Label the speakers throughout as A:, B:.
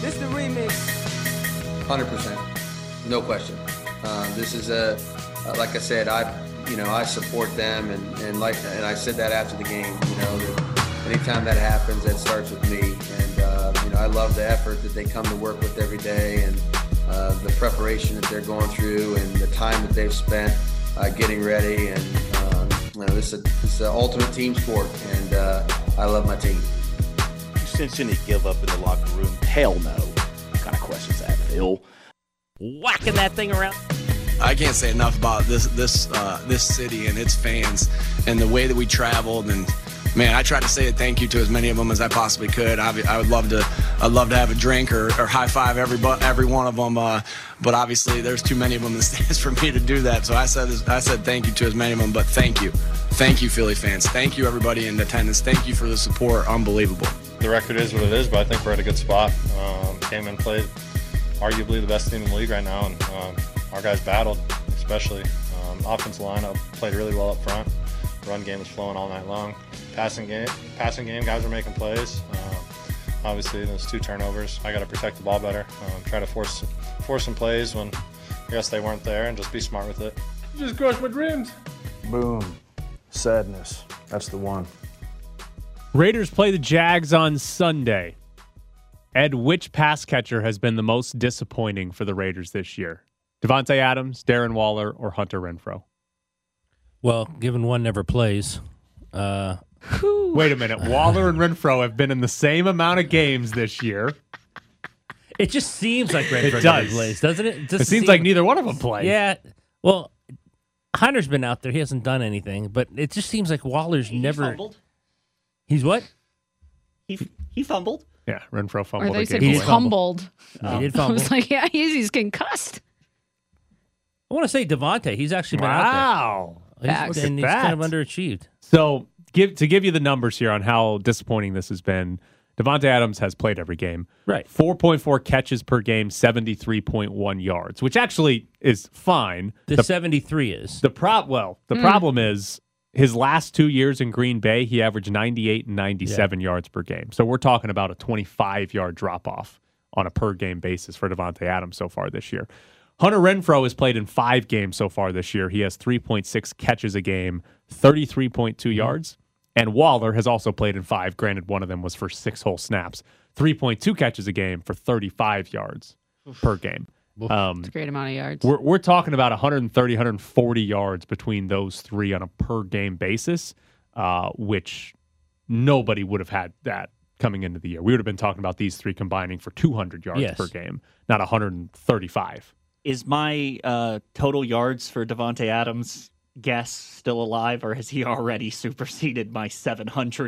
A: This the remix.
B: Hundred percent, no question. Uh, this is a, uh, like I said, I, you know, I support them, and, and like, and I said that after the game. You know, that anytime that happens, that starts with me, and uh, you know, I love the effort that they come to work with every day, and uh, the preparation that they're going through, and the time that they've spent uh, getting ready, and um, you know, this is this is the ultimate team sport, and uh, I love my team.
C: You sense any give up in the locker room? Hell no. What kind of questions that, Phil?
D: Whacking that thing around.
E: I can't say enough about this this uh, this city and its fans and the way that we traveled and man I tried to say a thank you to as many of them as I possibly could Obvi- I would love to I'd love to have a drink or, or high five every bu- every one of them uh, but obviously there's too many of them in the stands for me to do that so I said this, I said thank you to as many of them but thank you thank you Philly fans thank you everybody in attendance thank you for the support unbelievable
F: the record is what it is, but I think we're at a good spot. Um, came and played arguably the best team in the league right now, and um, our guys battled, especially. Um, offensive lineup played really well up front. Run game was flowing all night long. Passing game, passing game, guys were making plays. Um, obviously, those two turnovers, I got to protect the ball better. Um, try to force force some plays when I guess they weren't there, and just be smart with it.
G: Just crushed my dreams.
H: Boom. Sadness. That's the one.
D: Raiders play the Jags on Sunday. Ed, which pass catcher has been the most disappointing for the Raiders this year? Devontae Adams, Darren Waller, or Hunter Renfro?
I: Well, given one never plays, uh,
D: Wait a minute. Waller and Renfro have been in the same amount of games this year.
I: it just seems like
D: It
I: Renfro
D: does.
I: never plays, doesn't it? just
D: It seems
I: seem-
D: like neither one of them played.
I: Yeah. Well, Hunter's been out there; he hasn't done anything, but it just seems like Waller's
J: He
I: never.
J: fumbled.
I: He's what?
J: He, f- he fumbled.
D: Yeah, Renfro
K: Or
D: fumbled
K: they
D: a
K: said
D: game
K: he's
I: away.
D: winner.
K: humbled.
I: He did
K: I
I: fumble.
K: was like, yeah, he's, he's concussed.
I: I want to say Devontae. He's actually been
D: Wow.
I: out there.
K: Facts.
I: He's, and
D: Look at
I: he's kind of
D: that.
I: underachieved.
D: So, give to give you the numbers here on how disappointing this has been. Devonte Adams has played every game.
I: Right.
D: 4.4 catches per game, 73.1 yards, which actually is fine.
I: The, 73 is.
D: The prop well, the problem is his last 2 years in Green Bay, he averaged 98 and 97 yards per game. So we're talking about a 25-yard drop off on a per game basis for Devonte Adams so far this year. Hunter Renfro has played in 5 games so far this year. He has 3.6 catches a game, 33.2 yards. And Waller has also played in 5, granted one of them was for 6 whole snaps. 3.2 catches a game for 35 yards per game. Um,
K: It's a great amount of yards.
D: we're, we're talking about 130, 140 yards between those three on a per game basis, uh, which nobody would have had that coming into the year. We would have been talking about these three combining for 200 yards
I: Yes.
D: per game, not 135.
J: Is my uh, total yards for Devonte Adams guess still alive, or has he already superseded my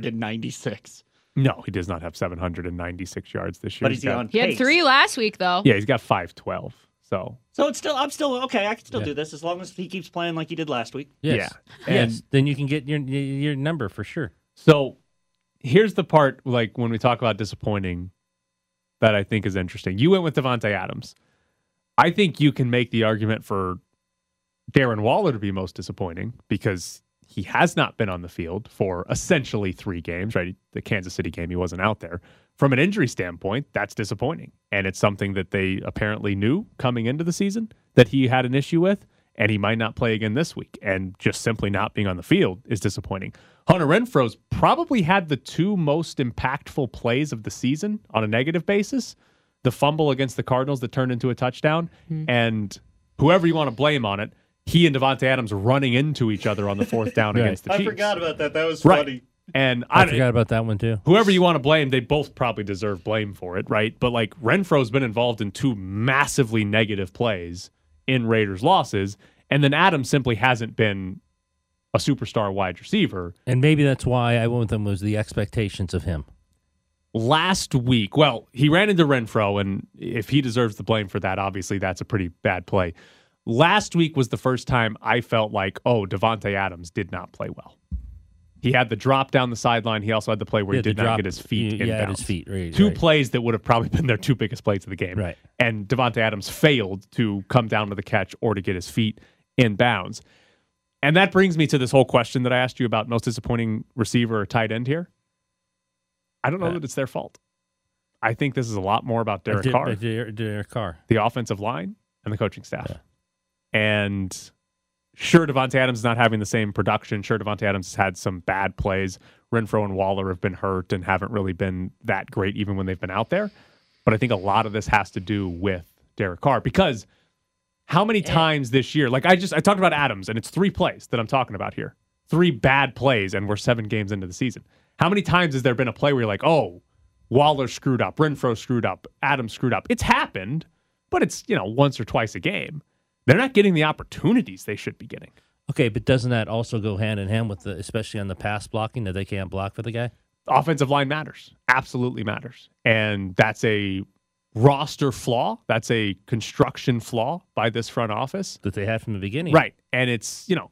J: 796?
D: No, he does not have 796 yards this year.
J: But is
D: He's
J: he
D: got-
J: on?
K: he had
J: pace?
K: three last week, though.
D: Yeah, he's got 512. So,
J: So it's still. I'm still okay. I can still
I: Yeah.
J: do this as long as he keeps playing like he did last week.
I: Yes.
D: yeah. And
I: yes. Then you can get your your number for sure.
D: So here's the part like when we talk about disappointing that I think is interesting. You went with Devontae Adams. I think you can make the argument for Darren Waller to be most disappointing because he has not been on the field for essentially three games, right? The Kansas City game, he wasn't out there. From an injury standpoint, that's disappointing. And it's something that they apparently knew coming into the season that he had an issue with, and he might not play again this week. And just simply not being on the field is disappointing. Hunter Renfro's probably had the two most impactful plays of the season on a negative basis the fumble against the Cardinals that turned into a touchdown,
I: Hmm.
D: and whoever you want to blame on it, he and Devontae Adams running into each other on the fourth down
I: Right.
D: against the Chiefs.
F: about that. That was
D: Right. And
I: I,
D: I,
I: forgot about that one too.
D: whoever you want to blame, they both probably deserve blame for it, right? But like Renfro's been involved in two massively negative plays in Raiders losses, and then Adams simply hasn't been a superstar wide receiver.
I: And maybe that's why I went with him was the expectations of him.
D: last week. Well, he ran into Renfro, and if he deserves the blame for that, obviously that's a pretty bad play. Last week was the first time I felt like, oh, Devontae Adams did not play well. He had the drop down the sideline. He also had the play where
I: Yeah,
D: he
I: the
D: did not
I: drop-
D: get his feet
I: yeah,
D: in
I: yeah, at his
D: bounds.
I: feet, right,
D: Two
I: right.
D: plays that would have probably been their two biggest plays of the game.
I: Right.
D: And Devontae Adams failed to come down to the catch or to get his feet in bounds. And that brings me to this whole question that I asked you about most disappointing receiver or tight end here. I don't know
I: Uh,
D: that it's their fault. I think this is a lot more about Derek Carr,
I: Derek Carr.
D: the offensive line, and the coaching staff. And sure, Devontae Adams is not having the same production. Sure, Devontae Adams has had some bad plays. Renfro and Waller have been hurt and haven't really been that great even when they've been out there. But I think a lot of this has to do with Derek Carr because how many times this year, like I just I talked about Adams and it's three plays that I'm talking about here. Three bad plays and we're seven games into the season. How many times has there been a play where you're like, oh, Waller screwed up, Renfro screwed up, Adams screwed up. It's happened, but it's, you know, once or twice a game. They're not getting the opportunities they should be getting.
I: Okay, but doesn't that also go hand in hand with the, especially on the pass blocking that they can't block for the guy?
D: offensive line matters, absolutely matters. And that's a roster flaw, that's a construction flaw by this front office.
I: that they had from the beginning.
D: Right. And it's, you know,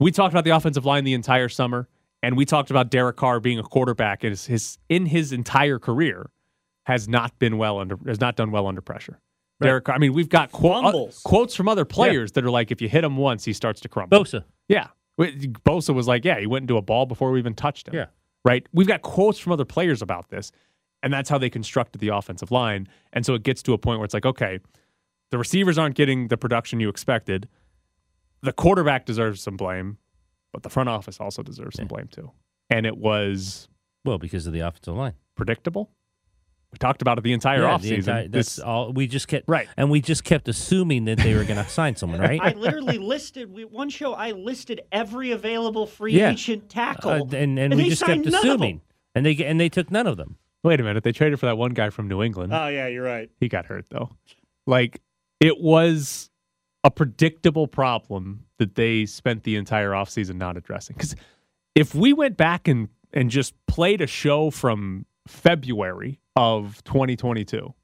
D: we talked about the offensive line the entire summer, and we talked about Derek Carr being a quarterback and his, his in his entire career has not been well under has not done well under pressure. Derek Carr, I mean, we've got qu-
J: Crumbles.
D: quotes from other players that are like, if you hit him once, he starts to crumble.
I: Bosa.
D: Yeah. Wait, Bosa was like, yeah, he went into a ball before we even touched him.
I: Yeah.
D: Right? We've got quotes from other players about this, and that's how they constructed the offensive line. And so it gets to a point where it's like, okay, the receivers aren't getting the production you expected. The quarterback deserves some blame, but the front office also deserves some blame too. And it was
I: Well, because of the offensive line.
D: predictable. We talked about it the entire
I: Yeah, the
D: offseason.
I: entire- that's
D: This-
I: all. We just kept
D: Right.
I: and we just kept assuming that they were going to sign someone, right?
J: I literally listed we, one show. I listed every available free
I: Yeah.
J: agent
I: Uh,
J: tackle,
I: and and, we
J: they
I: just
J: signed
I: kept
J: none of them.
I: assuming, and they and they took none of them.
D: wait a minute. They traded for that one guy from New England.
J: Oh yeah, you're right.
D: he got hurt though. Like it was a predictable problem that they spent the entire offseason not addressing. Because if we went back and and just played a show from February of 2022,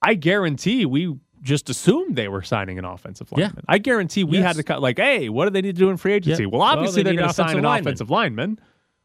D: I guarantee we just assumed they were signing an offensive
I: Yeah.
D: lineman. I guarantee we
I: Yes.
D: had to cut like, hey, what do they need to do in free agency?
I: Yeah.
D: Well,
I: Well,
D: obviously
I: they
D: they are
I: need
D: going to sign
I: offensive
D: an
I: lineman.
D: offensive lineman.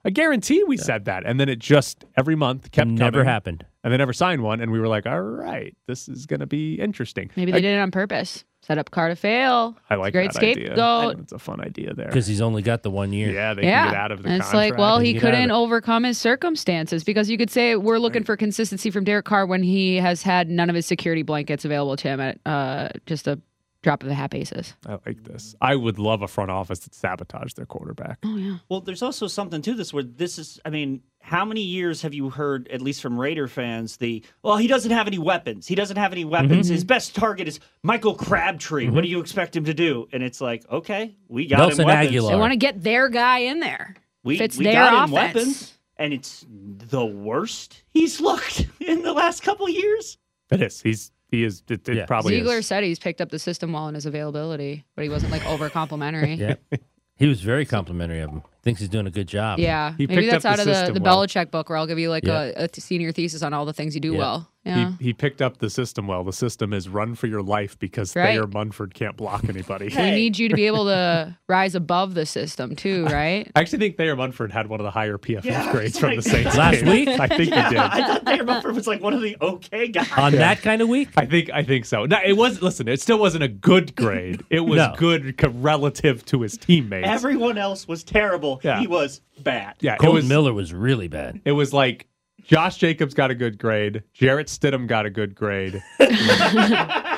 D: I guarantee we said that, and then it just every month kept
I: Never
D: coming
I: happened.
D: and they never signed one. And we were like, all right, this is going to be interesting.
K: Maybe
D: I,
K: they did it on purpose. Set up car to fail.
D: I like
K: Great
D: that idea.
K: scapegoat.
D: It's a fun idea there.
I: Because he's only got the one year.
D: Yeah, they
K: yeah,
D: can get out of the
K: and it's
D: contract.
K: like, well,
I: They
K: he
I: can get out of
K: couldn't
I: it.
K: overcome his circumstances because you could say we're looking for consistency from Derek Carr when he has had none of his security blankets available to him at uh, just a drop of a hat basis.
D: I like this. I would love a front office that sabotaged their quarterback.
K: Oh yeah,
J: Well, there's also something to this where this is, I mean, how many years have you heard, at least from Raider fans, the, well, he doesn't have any weapons. He doesn't have any
I: Mm-hmm.
J: weapons. His best target is Michael Crabtree. What do you expect him to do? And it's like, okay, we got
I: Nelson
J: him weapons.
I: Aguilar.
K: they want to get their guy in there.
J: We,
K: Fits
J: we
K: their
J: got him
K: offense.
J: weapons. And it's the worst he's looked in the last couple years.
D: It is. He's he is. It, it
I: Yeah.
D: probably
K: Ziegler
D: is.
K: said he's picked up the system well in his availability, but he wasn't like over complimentary. yeah,
I: Yeah. He was very complimentary of him. Thinks he's doing a good job.
D: He
K: maybe
D: picked
K: that's
D: up
K: out
D: the
K: of the,
D: system
K: the
D: well.
K: Belichick book where I'll give you like
I: Yeah.
K: a, a th- senior thesis on all the things you do
I: Yeah.
K: well. Yeah,
D: He, he picked up the system well. The system is run for your life because
K: Right.
D: Thayer Munford can't block anybody.
K: we need you to be able to rise above the system too, right?
D: I actually think Thayer Munford had one of the higher PFF
J: Yeah,
D: grades
J: it's
D: from
J: like-
D: the Saints
I: Last
D: game.
I: week?
D: I think he did.
J: I thought Thayer Mumford was like one of the okay guys.
I: On that kind of week,
D: I think I think so. No, it was. Listen, it still wasn't a good grade. It was
I: No.
D: good co- relative to his teammates.
J: Everyone else was terrible.
D: Yeah.
J: He was bad.
D: yeah, it
I: Colton
D: was.
I: Miller was really bad.
D: It was like Josh Jacobs got a good grade. Jarrett Stidham got a good grade.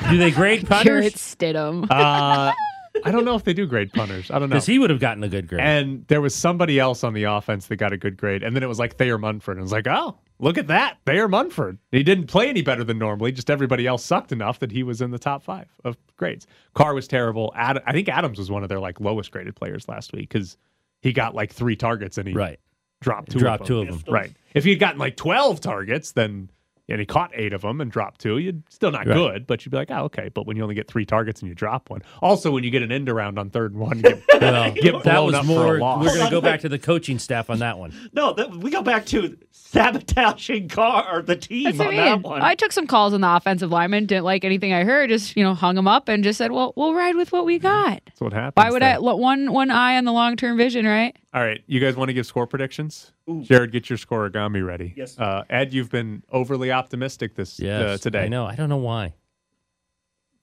I: Do they grade
K: Jarrett
I: punters?
K: Stidham.
D: Uh, I don't know if they do grade punters. I don't know.
I: Because he would have gotten a good grade.
D: and there was somebody else on the offense that got a good grade, and then it was like Thayer Munford. And it was like, oh, look at that, Thayer Munford. He didn't play any better than normally. Just everybody else sucked enough that he was in the top five of grades. Carr was terrible. Ad- I think Adams was one of their like lowest graded players last week because he got like three targets and he
I: right.
D: dropped two.
I: Dropped
D: of
I: two
D: them.
I: of them.
D: Right. If he had gotten like twelve targets, then and he caught eight of them and dropped two, you'd still not
I: Right.
D: good, but you'd be like, oh, okay. But when you only get three targets and you drop one, also when you get an end around on third and one, you get
I: Well,
D: Get
I: that
D: blown
I: was
D: up for a
I: more.
D: loss.
I: We're going to go back to the coaching staff on that one.
J: No, that, we go back to sabotaging Carr, the team
K: That's
J: on
K: what I
J: that
K: mean.
J: one.
K: I took some calls on the offensive lineman. Didn't like anything I heard. Just you know, hung him up and just said, "Well, we'll ride with what we got."
D: That's what happens.
K: Why would I
D: then.
K: lo- one one eye on the long term vision, right?
D: All right, you guys want to give score predictions?
J: Ooh.
D: Jared, get your scoregami ready.
J: Yes.
D: Uh, Ed, you've been overly optimistic this
I: Yes,
D: uh, today.
I: I know. I don't know why.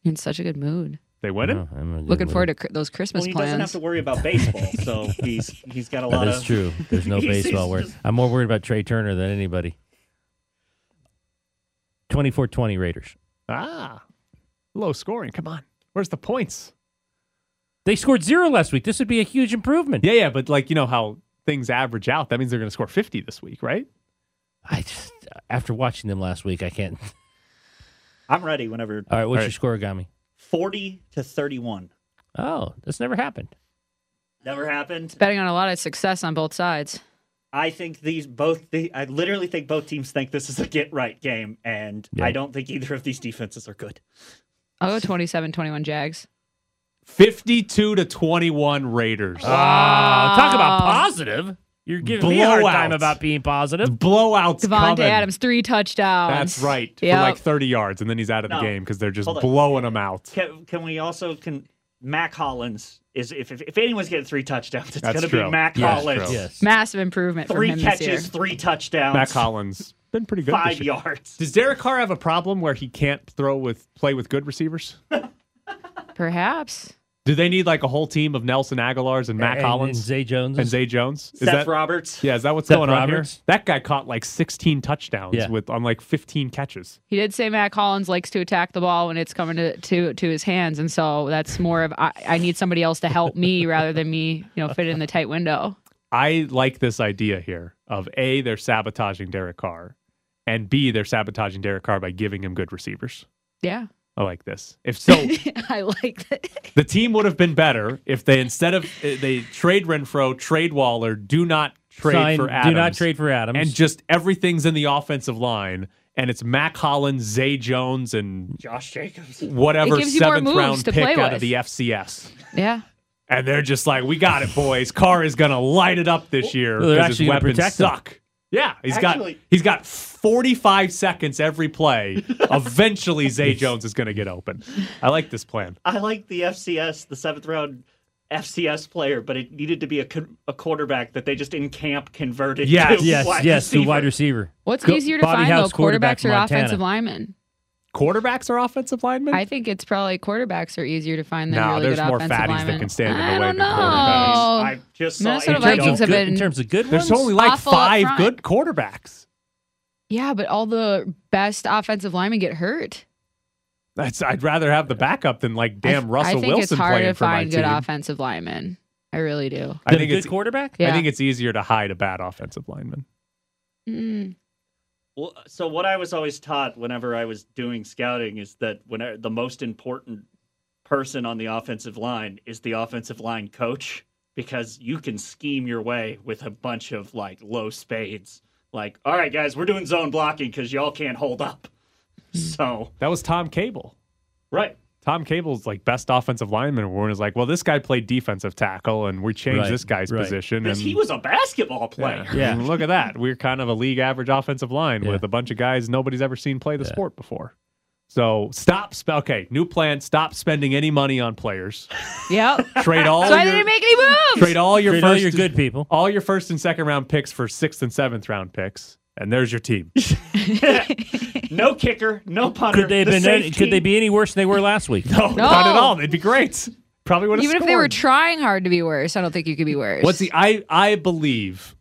K: In such a good mood.
D: They win it.
I: No, I'm in a good
K: Looking
I: mood.
K: forward to cr- those Christmas
J: well, he doesn't have
K: plans.
J: to worry about baseball, so he's he's got a lot
D: uh,
I: That is
J: of.
I: true. There's no
J: He's- he's
I: baseball worry.
J: just-
I: I'm more worried about Trey Turner than anybody. 24 20 Raiders.
D: Ah, low scoring. Come on. Where's the points?
I: They scored zero last week. This would be a huge improvement.
D: Yeah, yeah, but like you know how things average out. That means they're going to score 50 this week, right?
I: I just, after watching them last week, I can't.
J: I'm ready whenever.
I: All right, what's your
D: All right.
I: score, Gami?
J: 40 to 31.
I: Oh, that's never happened.
J: Never happened.
K: Betting on a lot of success on both sides.
J: I think these both. The, I literally think both teams think this is a get right game, and
I: Yeah.
J: I don't think either of these defenses are good.
K: I'll go 27 21 Jags.
D: 52 to 21 Raiders.
K: Oh.
I: Ah, talk about positive. You're giving me a hard time
D: Blowouts.
I: about being positive.
D: Blowouts
K: Devontae
D: coming.
K: Adams, three touchdowns.
D: That's right.
K: Yeah.
D: For like 30 yards, and then he's out of the
J: No.
D: game because they're just
J: Hold on.
D: blowing him out.
J: Can, can we also can Mac Hollins is if if, if anyone's getting three touchdowns, it's
D: That's
J: going to
D: true.
J: be Mac
D: Yes,
J: Hollins.
D: true.
I: Yes.
K: Massive improvement
J: Three
K: from him this year.
J: catches, three touchdowns,
D: Matt Collins been pretty good.
J: five
D: this year.
J: yards.
D: Does Derek Carr have a problem where he can't throw with play with good receivers?
K: Perhaps.
D: Do they need like a whole team of Nelson Aguilar's and Matt
I: and,
D: Collins
I: and Zay Jones.
D: and Zay Jones? Is
J: Seth
D: that
J: Roberts.
D: yeah? Is that what's
I: Seth
D: going
I: Roberts?
D: on here? That guy caught like 16 touchdowns
I: Yeah.
D: with on like 15 catches.
K: He did say Matt Collins likes to attack the ball when it's coming to, to, to his hands, and so that's more of I, I need somebody else to help me rather than me, you know, fit in the tight window.
D: I like this idea here of a they're sabotaging Derek Carr, and b they're sabotaging Derek Carr by giving him good receivers.
K: Yeah,
D: I like this. If so,
K: I like that.
D: The team would have been better if they instead of uh, they trade Renfro, trade Waller, do not trade
I: Sign-
D: for Adams,
I: Do not trade for Adams.
D: and just everything's in the offensive line, and it's Mac Hollins, Zay Jones, and
J: Josh Jacobs.
D: whatever
K: It gives you more
D: seventh
K: moves
D: round
K: to
D: pick
K: play
D: out
K: with.
D: of the FCS.
K: Yeah,
D: And they're just like, we got it, boys. Carr is gonna light it up this year
I: Well, they're
D: because
I: actually
D: his
I: gonna
D: weapons
I: protect him.
D: suck. Yeah, he's
J: Actually-
D: got he's got 45 seconds every play. Eventually, Zay Jones is gonna get open. I like this plan.
J: I like the FCS, the seventh round FCS player, but it needed to be a, con- a quarterback that they just in camp converted.
D: Yes,
J: to
I: yes,
J: wide
I: yes, the wide
J: receiver.
I: receiver.
K: what's
I: Go-
K: easier to
I: Bobby
K: find
I: House,
K: though,
I: quarterback,
K: quarterbacks or
I: Montana.
K: offensive linemen?
D: Quarterbacks are offensive linemen.
K: I think it's probably quarterbacks are easier to find than
D: No,
K: really
D: there's
K: good
D: more
K: offensive
D: fatties that
K: linemen.
D: can stand in
K: I
D: the way
K: don't
D: than quarterbacks.
K: know.
J: I just
K: Oh, Minnesota
J: saw AJ
K: Vikings
I: of
K: have
I: good,
K: been-
I: in terms of good
D: There's
I: ones,
D: only like
K: awful up
D: five
K: front.
D: good quarterbacks.
K: Yeah, but all the best offensive linemen get hurt.
D: That's I'd rather have the backup than like
K: I-
D: damn Russell
K: I think
D: Wilson
K: it's hard
D: playing
K: to
D: for my
K: find
D: team.
K: good offensive linemen. I really do.
D: I
I: Good-
D: think
I: good
D: it's
I: quarterback.
K: Yeah.
D: I think it's easier to hide a bad offensive lineman.
K: Mm.
J: Well, so what I was always taught whenever I was doing scouting is that when I- the most important person on the offensive line is the offensive line coach because you can scheme your way with a bunch of like low spades. Like, all right, guys, we're doing zone blocking because y'all can't hold up. So
D: That was Tom Cable.
J: right,
D: Tom Cable's like best offensive lineman award is like, well, this guy played defensive tackle and we changed
I: Right,
D: this guy's
I: right.
D: position. And
J: because he was a basketball player.
D: yeah,
I: Yeah.
D: And look at that. We're kind of a league average offensive line
I: Yeah.
D: with a bunch of guys nobody's ever seen play the
I: Yeah.
D: sport before. So stop. Sp- okay, new plan. Stop spending any money on players.
K: Yep.
D: Trade all.
K: That's why they
D: your-
K: didn't make any moves.
D: Trade all your
I: Trade
D: first
I: all your good people.
D: all your first and second round picks for sixth and seventh round picks, and there's your team.
J: No kicker, no punter.
I: Could they have
J: the
I: been? Any,
J: safety-
I: could they be any worse than they were last week?
D: No, not at all. They'd be great. Probably would have
K: Oh. Even
D: scored.
K: if they were trying hard to be worse, I don't think you could be worse.
D: What's the? I I believe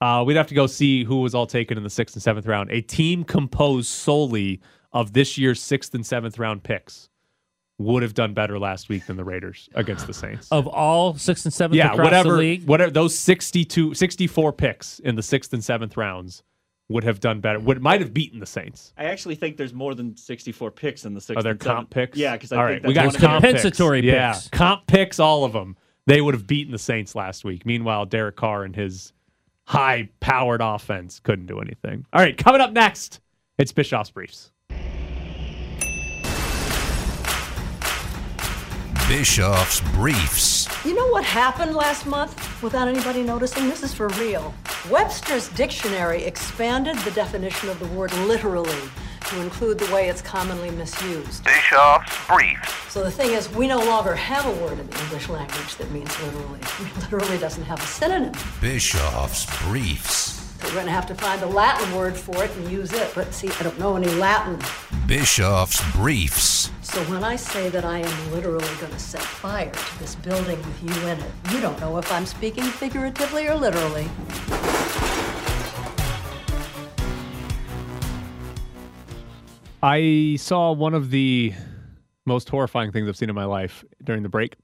D: uh, we'd have to go see who was all taken in the sixth and seventh round. A team composed solely of this year's sixth and seventh round picks would have done better last week than the Raiders against the Saints.
I: Of all six and seven
D: yeah,
I: Oh, across
D: whatever,
I: the league,
D: whatever. Those 62, 64 picks in the sixth and seventh rounds would have done better. Would might have beaten the Saints.
J: I actually think there's more than 64 picks in the six.
D: Are there
J: and seven-
D: comp picks?
J: Yeah, because I
D: All
J: think
D: right, we got
J: that's one
D: comp
J: of
D: picks.
I: Compensatory
D: yeah,
I: picks.
D: comp picks, all of them. They would have beaten the Saints last week. Meanwhile, Derek Carr and his high-powered offense couldn't do anything. All right, coming up next, it's Bischoff's briefs.
A: Bischoff's Briefs.
G: You know what happened last month without anybody noticing? This is for real. Webster's dictionary expanded the definition of the word literally to include the way it's commonly misused.
A: Bischoff's Briefs.
G: So the thing is, we no longer have a word in the English language that means literally. Literally doesn't have a synonym.
A: Bischoff's Briefs.
G: So we're going to have to find a Latin word for it and use it. But see, I don't know any Latin.
A: Bischoff's Briefs.
G: So when I say that I am literally going to set fire to this building with you in it, you don't know if I'm speaking figuratively or literally.
D: I saw one of the most horrifying things I've seen in my life during the break.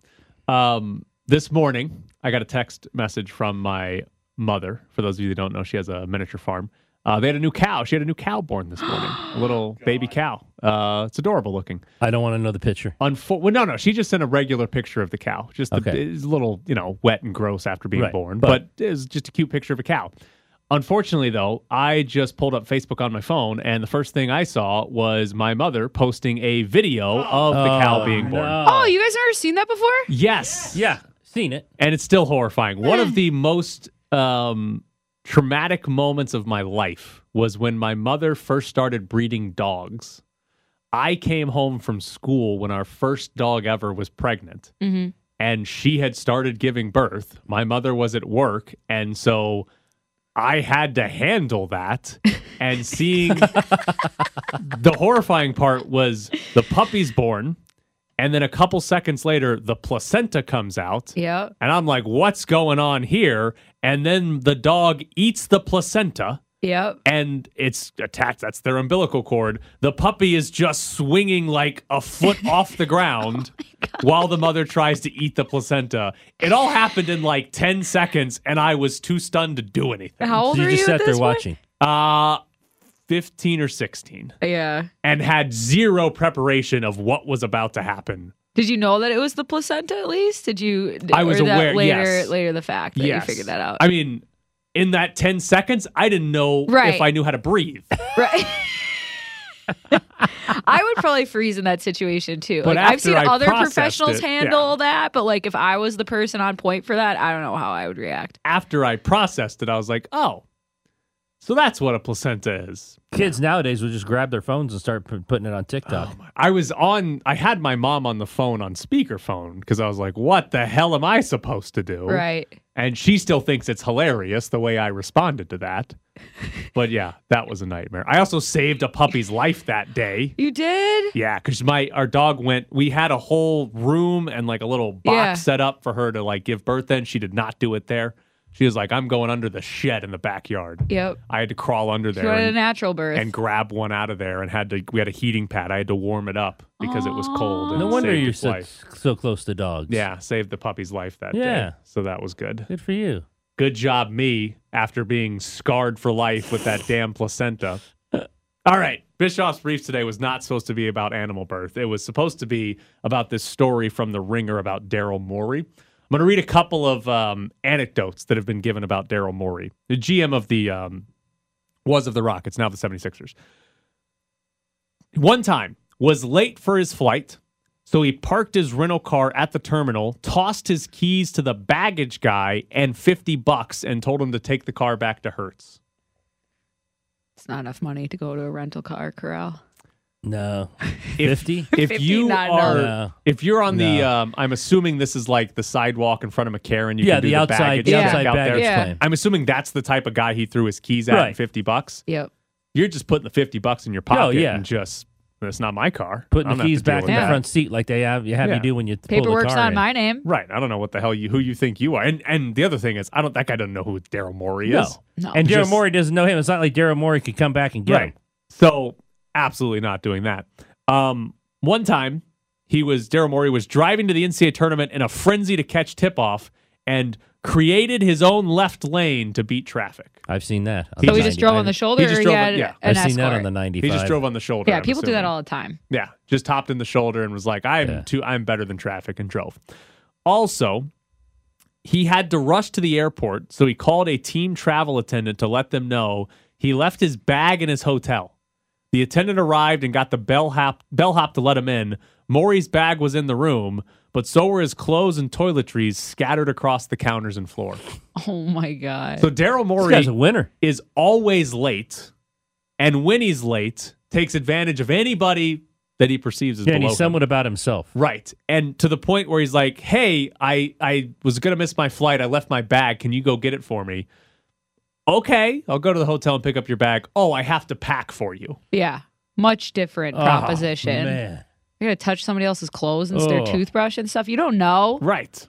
D: Um, this morning, I got a text message from my mother. For those of you that don't know, she has a miniature farm. Uh, they had a new cow. She had a new cow born this morning, a little baby cow. Uh, it's adorable looking.
I: I don't want to know the picture.
D: Unfor- well, no, no. She just sent a regular picture of the cow. Just the,
I: Okay.
D: it's a little, you know, wet and gross after being
I: Right,
D: born,
I: but-
D: but, it was just a cute picture of a cow. Unfortunately, though, I just pulled up Facebook on my phone, and the first thing I saw was my mother posting a video of the cow being born.
K: Oh, you guys never seen that before?
D: Yes.
I: Yeah. Seen it.
D: And it's still horrifying. One
K: Hmm.
D: of the most um, traumatic moments of my life was when my mother first started breeding dogs. I came home from school when our first dog ever was pregnant
K: Mm-hmm.
D: and she had started giving birth. My mother was at work, and so I had to handle that. And seeing the horrifying part was the puppy's born, and then a couple seconds later, the placenta comes out.
K: Yeah.
D: And I'm like, what's going on here? And then the dog eats the placenta
K: Yep.
D: and it's attacked. That's their umbilical cord. The puppy is just swinging like a foot off the ground
K: Oh
D: while the mother tries to eat the placenta. It all happened in like 10 seconds, and I was too stunned to do anything.
K: How old
I: you
K: are
I: just
K: you?
I: sat
K: at
I: there
K: this point?
I: watching.
D: Uh, 15 or 16,
K: Yeah.
D: and had zero preparation of what was about to happen.
K: Did you know that it was the placenta at least? Did you? d-
D: I was
K: or that
D: aware,
K: Later,
D: yes.
K: later the fact that
D: Yes.
K: you figured that out.
D: I mean, in that 10 seconds, I didn't know
K: Right.
D: if I knew how to breathe.
K: Right. I would probably freeze in that situation too.
D: But
K: like I've
D: after
K: seen
D: I
K: other
D: processed
K: professionals
D: it, yeah.
K: handle that, but like if I was the person on point for that, I don't know how I would react.
D: After I processed it, I was like, oh, so that's what a placenta is.
I: Kids nowadays will just grab their phones and start p- putting it on TikTok.
D: I was on. I had my mom on the phone on speakerphone because I was like, "What the hell am I supposed to do?"
K: Right.
D: And she still thinks it's hilarious the way I responded to that. But yeah, that was a nightmare. I also saved a puppy's life that day.
K: You did?
D: Yeah, because my our dog went. We had a whole room and like a little box
K: Yeah.
D: set up for her to like give birth. in. she did not do it there. She was like, "I'm going under the shed in the backyard."
K: Yep.
D: I had to crawl under
K: She
D: there.
K: wanted a
D: and-
K: natural birth.
D: and grab one out of there and had to we had a heating pad. I had to warm it up because it was cold. And
I: No wonder
D: saved
I: you're
D: its
I: so,
D: life.
I: so close to dogs.
D: Yeah, saved the puppy's life that
I: Yeah.
D: day. So that was good.
I: Good for you.
D: Good job me after being scarred for life with that damn placenta. All right. Bischoff's brief today was not supposed to be about animal birth. It was supposed to be about this story from The Ringer about Daryl Morey. I'm going to read a couple of um, anecdotes that have been given about Daryl Morey, the GM of the um, was of the Rockets, now the 76ers. One time was late for his flight, so he parked his rental car at the terminal, tossed his keys to the baggage guy and 50 bucks and told him to take the car back to Hertz.
K: it's not enough money to go to a rental car corral.
I: No.
D: If-
I: 50?
D: If
K: 50,
D: you
K: not
D: are
I: enough.
D: if you're on the
I: No.
D: um, I'm assuming this is like the sidewalk in front of McCarran, you
I: yeah,
D: can do
I: the outside,
D: baggage
I: the
K: check
I: outside
D: check out there.
I: baggage
K: Yeah.
I: claim.
D: I'm assuming that's the type of guy he threw his keys at and
I: Right. Oh,
D: 50 bucks.
K: Yep.
D: You're just putting the 50 bucks in your pocket
I: yeah.
D: and just that's not my car. I
I: Putting
D: don't
I: the
D: have to
I: keys
D: deal
I: back
D: with
I: in the
D: that.
I: front seat like they have, you have
D: Yeah.
I: you do when you pull the
K: Paperwork's
I: car
K: not
I: in.
K: my name.
D: Right. I don't know what the hell you who you think you are. And and the other thing is I don't that guy doesn't know who Daryl Morey
I: No.
D: is.
K: No.
I: And Daryl
D: Just-
I: Morey doesn't know him. It's not like Daryl Morey could come back and get him.
D: Right. So absolutely not doing that. Um, one time he was Daryl Morey was driving to the NCAA tournament in a frenzy to catch tip off and created his own left lane to beat traffic.
I: I've seen that. on
D: So
K: So
D: He's
K: he
I: 90.
K: just drove
I: I-
K: on the shoulder
D: just
K: or he
D: drove on-
K: had
D: yeah.
I: I've
K: an
I: seen that on
K: escort?
I: the 95.
D: He just drove on the shoulder.
K: yeah,
D: I'm
K: people do that
D: assuming.
K: all the time.
D: Yeah, just hopped in the shoulder and was like, "I'm
I: Yeah.
D: too, I'm better than traffic," and drove. Also, he had to rush to the airport, so he called a team travel attendant to let them know he left his bag in his hotel. The attendant arrived and got the bellhop bellhop to let him in. Maury's bag was in the room, but so were his clothes and toiletries scattered across the counters and floor.
K: Oh my god.
D: So Daryl
I: This
D: Morey
I: guy's a winner.
D: is always late, and when he's late, takes advantage of anybody that he perceives as
I: Yeah, and
D: below
I: he's
D: him.
I: somewhat about himself.
D: Right. And to the point where he's like, "Hey, I I was going to miss my flight. I left my bag. Can you go get it for me?" "Okay, I'll go to the hotel and pick up your bag." "Oh, I have to pack for you."
K: yeah. Much different
I: Oh,
K: proposition.
I: man. Oh.
K: You're gonna touch somebody else's clothes and their
I: Ugh.
K: toothbrush and stuff. You don't know.
D: Right.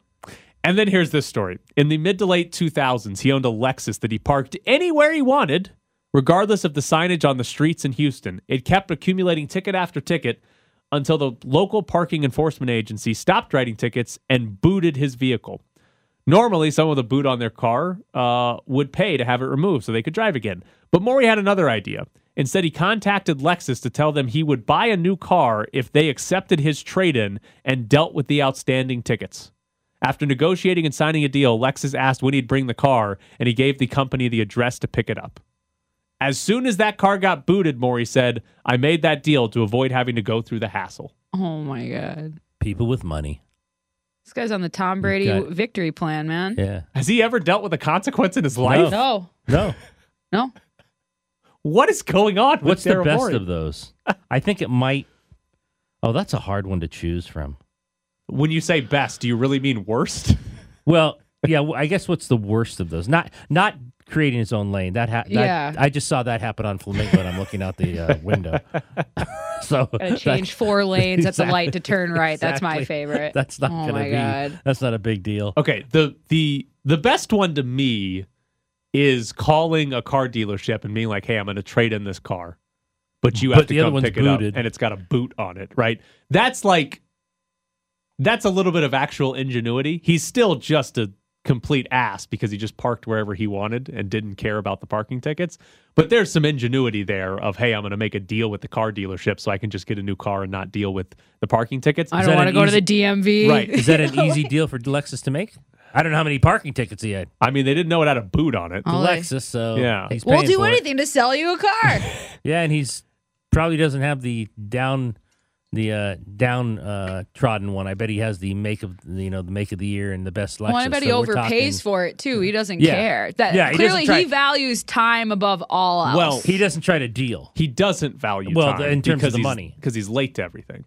D: And then here's this story. In the mid to late 2000s, he owned a Lexus that he parked anywhere he wanted, Regardless of the signage on the streets in Houston, it kept accumulating ticket after ticket until the local parking enforcement agency stopped writing tickets and booted his vehicle. Normally, someone with a boot on their car uh, would pay to have it removed so they could drive again. But Maury had another idea. Instead, he contacted Lexus to tell them he would buy a new car if they accepted his trade in and dealt with the outstanding tickets. After negotiating and signing a deal, Lexus asked when he'd bring the car, and he gave the company the address to pick it up. As soon as that car got booted, Maury said, I made that deal to avoid having to go through the hassle.
K: Oh my god.
I: People with money.
K: This guy's on the Tom Brady
I: got-
K: victory plan, man.
I: Yeah.
D: Has he ever dealt with a consequence in his life?
K: No.
I: No.
K: No.
D: What is going on? with
I: What's the
D: Daryl
I: best
D: Morey?
I: of those? I think it might. Oh, that's a hard one to choose from.
D: When you say best, do you really mean worst?
I: Well, yeah. well, I guess what's the worst of those? Not not creating his own lane. That, ha- that
K: Yeah.
I: I just saw that happen on Flamingo, and I'm looking out the uh, window. so
K: Gotta
I: that-
K: change four lanes at the
I: Exactly.
K: light to turn right. That's my
I: Exactly.
K: favorite.
I: That's not
K: oh
I: gonna
K: my
I: be.
K: god.
I: That's not a big deal.
D: Okay, the the the best one to me is calling a car dealership and being like, "Hey, I'm going to trade in this car, but you have
I: But
D: to
I: the other
D: come
I: one's
D: pick it
I: booted.
D: up, and it's got a boot on it." Right? That's like that's a little bit of actual ingenuity. He's still just a complete ass because he just parked wherever he wanted and didn't care about the parking tickets. But there's some ingenuity there of, "Hey, I'm going to make a deal with the car dealership so I can just get a new car and not deal with the parking tickets."
K: I
I: Is that
K: don't want to
I: an
K: go
I: easy-
K: to the DMV.
D: Right.
I: Is that an easy deal for Lexus to make? I don't know how many parking tickets he had.
D: I mean, they didn't know it had a boot on it.
K: Oh, they-
I: Lexus, so
D: Yeah.
I: he's
K: we'll
I: paying
K: do
I: for it.
K: anything to sell you a car.
I: Yeah, and he's probably doesn't have the down the uh down uh trodden one. I bet he has the make of you know the make of the year and the best Lexus.
K: well, anybody
I: so we're
K: overpays
I: talking-
K: for it too. He doesn't
I: Yeah.
K: care. That
I: Yeah, he doesn't
K: clearly
I: try-
K: he values time above all else.
D: Well,
I: He doesn't try to deal.
D: He doesn't value
I: Well,
D: time
I: in terms of
D: because
I: the
D: he's-
I: money.
D: because he's late to everything.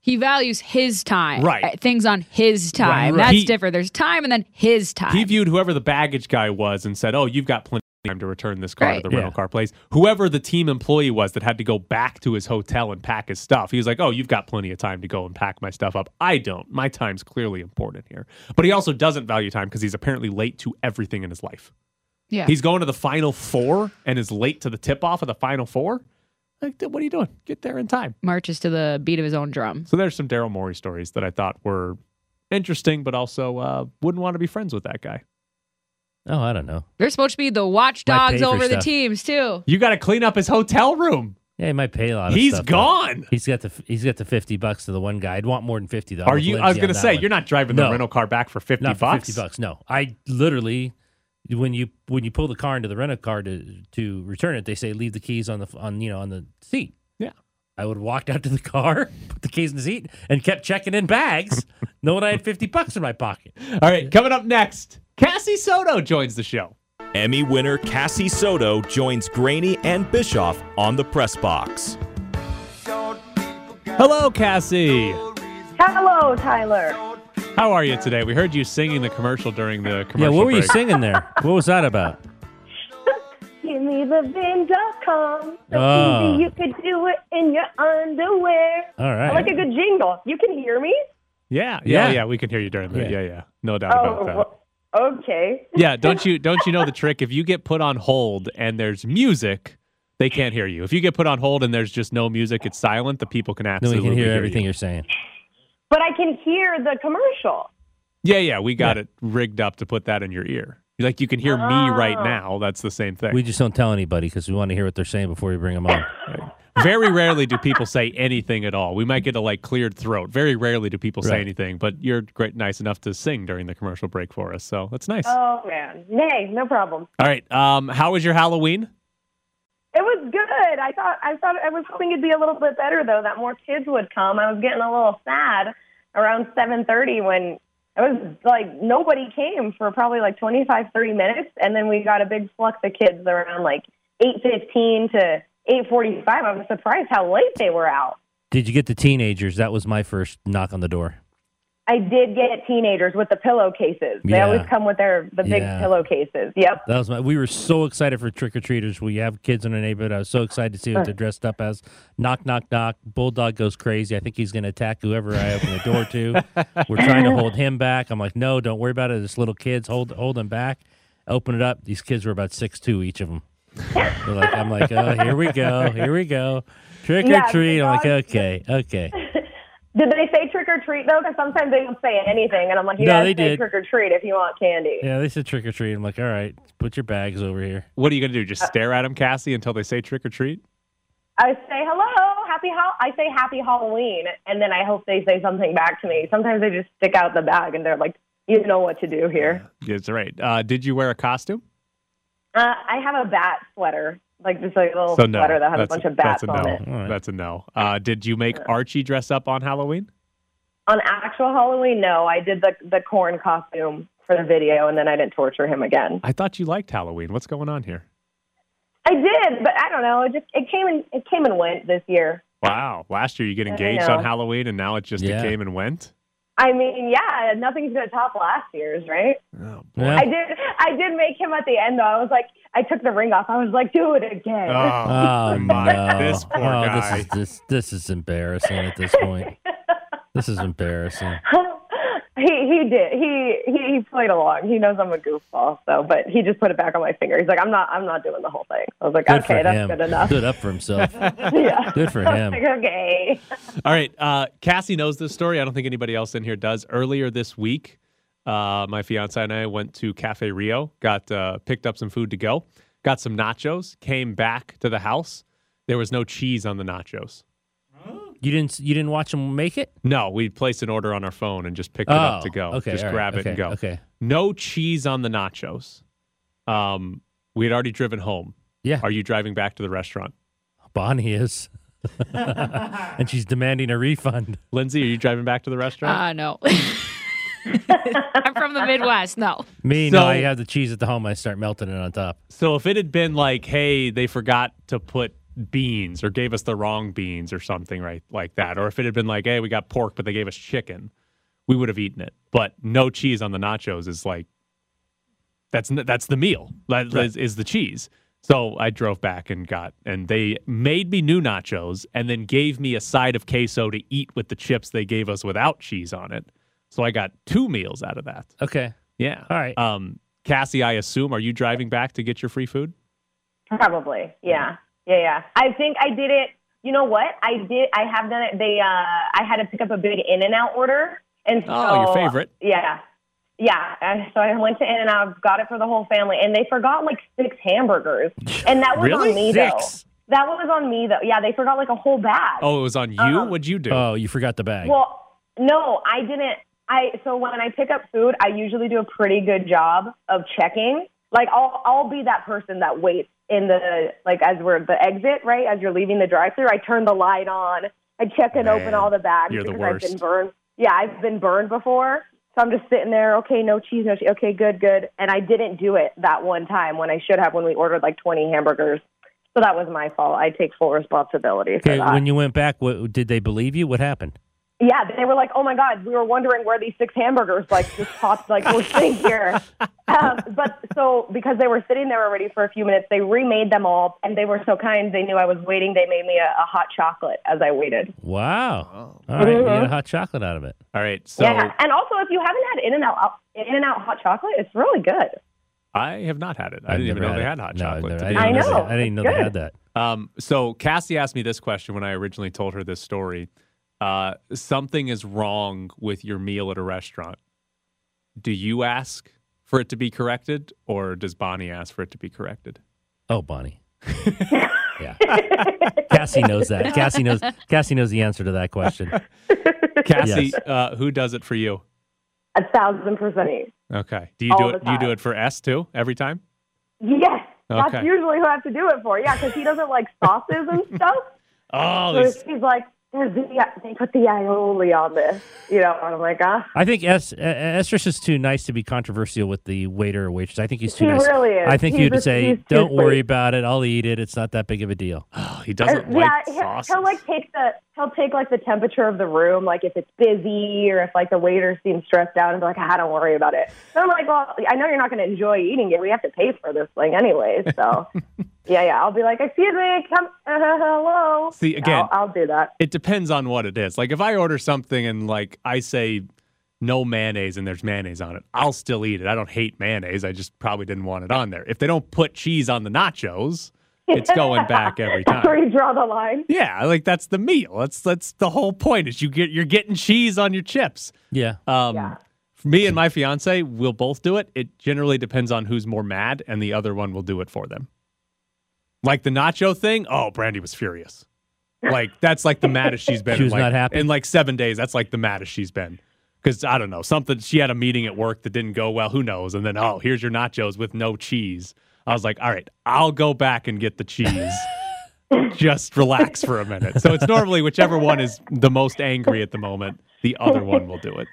K: He values his time.
D: Right.
K: uh, Things on his time.
I: right.
K: That's
D: He-
K: different. There's time and then his time.
D: He viewed whoever the baggage guy was and said, "Oh, you've got plenty of time to return this car
K: Right.
D: to the rental
I: Yeah.
D: car place." Whoever the team employee was that had to go back to his hotel and pack his stuff, he was like, "Oh, you've got plenty of time to go and pack my stuff up. I don't. My time's clearly important here." But he also doesn't value time because he's apparently late to everything in his life.
K: yeah.
D: He's going to the final four and is late to the tip off of the final four. Like, dude, what are you doing? Get there in time.
K: marches to the beat of his own drum.
D: So there's some Daryl Morey stories that I thought were interesting, but also uh, wouldn't want to be friends with that guy.
I: Oh, I don't know.
K: They're supposed to be the
I: pay
K: watchdogs
I: for
K: over the
I: stuff.
K: teams too.
D: You got to clean up his hotel room.
I: Yeah, he might pay a lot. Of
D: He's
I: stuff, though.
D: gone.
I: He's got the he's got the fifty bucks to the one guy. I'd want more than fifty though. I'm
D: Are
I: with
D: you?
I: Lindsay
D: I was
I: on
D: gonna
I: that
D: say
I: one.
D: you're not driving the
I: No.
D: rental car back for fifty
I: not for
D: bucks.
I: fifty bucks. No, I literally when you when you pull the car into the rental car to to return it, they say leave the keys on the on you know on the seat.
D: Yeah.
I: I would have walked out to the car, put the keys in the seat, and kept checking in bags, knowing I had fifty bucks in my pocket.
D: All right, coming up next, Cassie Soto joins the show.
L: Emmy winner Cassie Soto joins Graney and Bischoff on the press box.
D: Hello, Cassie.
M: Hello, Tyler.
D: How are you today? We heard you singing the commercial during the commercial.
I: yeah, what were you
D: break.
I: singing there? What was that about?
M: Give me the VIN.com. So
I: Oh.
M: Um, easy, you could do it in your underwear.
I: All
M: I
I: right.
M: like a good jingle. You can hear me?
D: Yeah, yeah,
I: Yeah.
D: yeah. We can hear you during the. Yeah,
I: Yeah.
D: yeah. No doubt
K: Oh,
D: about that.
M: wh- Oh, okay.
D: Yeah, don't you don't you know the trick? If you get put on hold and there's music, they can't hear you. If you get put on hold and there's just no music, it's silent. The people can
I: Then we
D: absolutely
I: can hear
D: you.
I: everything you. are saying.
M: But I can hear the commercial.
D: Yeah, yeah, we got it rigged up to put that in your ear. You're Like you can hear me right now. That's the same thing.
I: We just don't tell anybody because we want to hear what they're saying before we bring them on.
D: Very rarely do people say anything at all. We might get a like cleared throat. Very rarely do people say
I: Right.
D: anything. But you're great, nice enough to sing during the commercial break for us. So that's
K: Uh,
D: nice.
M: Oh, man. Nay, no problem.
D: all right. Um, how was your Halloween?
M: It was good. I thought I thought I was hoping it'd be a little bit better though. That more kids would come. I was getting a little sad around 7:30 when it was like nobody came for probably like 25 30 minutes and then we got a big flux of kids around like 8:15 to 8:45. I was surprised how late they were out.
I: Did you get the teenagers? That was my first knock on the door.
M: I did get teenagers with the pillowcases. They
I: Yeah.
M: always come with their the big
I: Yeah.
M: pillowcases. Yep.
I: That was my. We were so excited for trick or treaters. We have kids in our neighborhood. I was so excited to see what they're dressed up as. Knock, knock, knock. Bulldog goes crazy. I think he's going to attack whoever I open the door to. We're trying to hold him back. I'm like, no, don't worry about it. It's little kids. Hold, hold him back. Open it up. These kids were about six two each of them. They're like, I'm like, oh, here we go, here we go, trick
K: Yeah,
I: or treat. I'm like,
K: because-
I: okay, okay.
K: Did they say trick or treat though? Because sometimes they don't say anything, and I'm like, you
I: No,
K: gotta
I: they
K: say
I: did.
K: trick or treat if you want candy.
I: Yeah, they said trick or treat. I'm like, all right, put your bags over here.
D: What are you going to do?
K: Uh,
D: Just stare at them, Cassie, until they say trick or treat?
K: I say hello, happy hol- I say happy Halloween, and then I hope they say something back to me. Sometimes they just stick out the bag and they're like, you know what to do here.
D: That's right. Uh, did you wear a costume?
K: Uh, I have a bat sweater, like just like a little
D: so no.
K: Oh, sweater that has a
D: that's
K: bunch of
D: that's
K: bats
D: a no.
K: on it.
D: That's a no. Uh, did you make Archie dress up on Halloween?
K: On actual Halloween, no, I did the the corn costume for the video, and then I didn't torture him again.
D: I thought you liked Halloween. What's going on here?
K: I did, but I don't know. It just it came and it came and went this year.
D: Wow. Last year you get
K: I
D: engaged
K: know.
D: on Halloween, and now it just it came and went.
K: I mean, yeah, nothing's gonna top last year's, right? I did. I did make him at the end, though. I was like, I took the ring off. I was like, do it again.
I: Oh, no.
D: This poor
I: oh,
D: guy.
I: This is, this, this is embarrassing at this point. this is embarrassing.
K: he he did. He, he he played along. He knows I'm a goofball, so. But he just put it back on my finger. He's like, I'm not. I'm not doing the whole thing. I was like,
I: Good
K: okay,
I: for
K: that's
I: him.
K: good enough.
I: Good up for himself.
K: yeah.
I: Good for
K: I was
I: him.
K: like, okay.
D: All right. Uh, Cassie knows this story. I don't think anybody else in here does. Earlier this week, uh, my fiance and I went to Cafe Rio, got uh, picked up some food to go, got some nachos, came back to the house. There was no cheese on the nachos.
I: You didn't you didn't watch him make it?
D: No, we placed an order on our phone and just picked it up
I: Oh,
D: to go.
I: okay,
D: just
I: all right,
D: grab it and
I: okay,
D: go.
I: okay.
D: No cheese on the nachos. Um, we had already driven home.
I: Yeah.
D: Are you driving back to the restaurant?
I: Bonnie is. and she's demanding a refund.
D: Lindsay, are you driving back to the restaurant?
N: Uh, no. I'm from the Midwest. No.
I: Me,
D: So-
I: no, I have the cheese at the home. I start melting it on top.
D: So if it had been like, hey, they forgot to put beans or gave us the wrong beans or something right like that, or if it had been like, hey, we got pork but they gave us chicken, we would have eaten it. But no cheese on the nachos is like that's n- that's the meal that is
I: Right.
D: is, the cheese. So I drove back and got and they made me new nachos and then gave me a side of queso to eat with the chips they gave us without cheese on it. So I got two meals out of that.
I: Okay.
D: Yeah.
I: All right.
D: Um, Cassie, I assume, are you driving back to get your free food?
K: Probably. Yeah. Yeah. Yeah. I think I did it. You know what? I did. I have done it. They. Uh, I had to pick up a big In and Out order, and so
D: Oh, your favorite.
K: Yeah. Yeah. I- So I went to In and Out, got it for the whole family, and they forgot like six hamburgers, and that was
D: Really?
K: on me
D: Six?
K: though. That was on me though. Yeah, they forgot like a whole bag.
D: Oh, it was on you?
K: Uh-huh.
D: What'd you do?
K: Uh,
I: Oh, you forgot the bag.
K: Well, no, I didn't. I so when I pick up food, I usually do a pretty good job of checking. Like I'll I'll be that person that waits in the like as we're at the exit, right? As you're leaving the drive-through, I turn the light on, I check and
D: Man,
K: open all the bags
D: you're the
K: because I've been
D: worst.
K: burned. Yeah, I've been burned before. So I'm just sitting there, okay, no cheese, no cheese. Okay, good, good. And I didn't do it that one time when I should have when we ordered like 20 hamburgers. So that was my fault. I take full responsibility for
I: okay,
K: that.
I: when you went back, what did they believe you? What happened?
K: Yeah, they were like, "Oh my God, we were wondering where these six hamburgers like just popped like were sitting here." Um, but so because they were sitting there already for a few minutes, they remade them all, and they were so kind. They knew I was waiting. They made me a, a hot chocolate as I waited.
I: Wow. All right, you got a
K: Mhm.
I: hot chocolate out of it.
D: All right, so
K: yeah, and also if you haven't had In and Out In and Out hot chocolate, it's really good.
D: I have not had it. I
I: I've
D: didn't even know
I: never
D: they
I: had
D: had
I: it.
D: hot
I: No, I've
D: chocolate.
I: never-
D: to be
I: I didn't
D: honest.
I: know they- I didn't know they had that.
D: Um, so Cassie asked me this question when I originally told her this story. Uh, something is wrong with your meal at a restaurant. Do you ask for it to be corrected, or does Bonnie ask for it to be corrected?
I: Oh, Bonnie. yeah. Cassie knows that. Cassie knows Cassie knows the answer to that question.
D: Cassie,
I: Yes.
D: uh, who does it for you?
K: A thousand percent.
D: Okay. Do you
K: All
D: do
K: the
D: it? Do you do
K: time.
D: it for S too every time?
K: Yes, that's
D: Okay.
K: usually who I have to do it for. Yeah, because he doesn't like sauces and stuff.
D: Oh,
K: so
D: these-
K: he's like, "There's the, they put the aioli on this," you know, and I'm like, ah.
I: I think Es uh, Estrus is too nice to be controversial with the waiter or waitress. I think he's too
K: He
I: nice.
K: really is.
I: I think
K: He's
I: you'd
K: a- he's
I: say,
K: too
I: "Don't worry
K: sweet."
I: about it. I'll eat it. It's not that big of a deal."
D: Oh, he
K: Uh, yeah, he'll, he'll like take the he'll take like the temperature of the room, like if it's busy or if like the waiter seems stressed out and be like, ah, don't worry about it. And I'm like, well, I know you're not going to enjoy eating it. We have to pay for this thing anyway. So yeah, yeah, I'll be like, excuse me, come, uh, hello.
D: See, again-
K: I'll, I'll do that.
D: It depends on what it is. Like if I order something and like I say no mayonnaise and there's mayonnaise on it, I'll still eat it. I don't hate mayonnaise. I just probably didn't want it on there. If they don't put cheese on the nachos, it's going back every time.
M: Where you draw the line.
D: Yeah, like that's the meal. That's that's the whole point. Is you get you're getting cheese on your chips.
I: Yeah.
D: Um, for Me and my fiance will both do it. It generally depends on who's more mad, and the other one will do it for them. Like the nacho thing. Oh, Brandy was furious. Like that's like the maddest she's been.
I: She
D: in,
I: was
D: like-
I: not happy?
D: in like seven days. That's like the maddest she's been. Because I don't know something. She had a meeting at work that didn't go well. Who knows? And then oh, here's your nachos with no cheese. I was like, all right, I'll go back and get the cheese. just relax for a minute. So it's normally whichever one is the most angry at the moment, the other one will do it.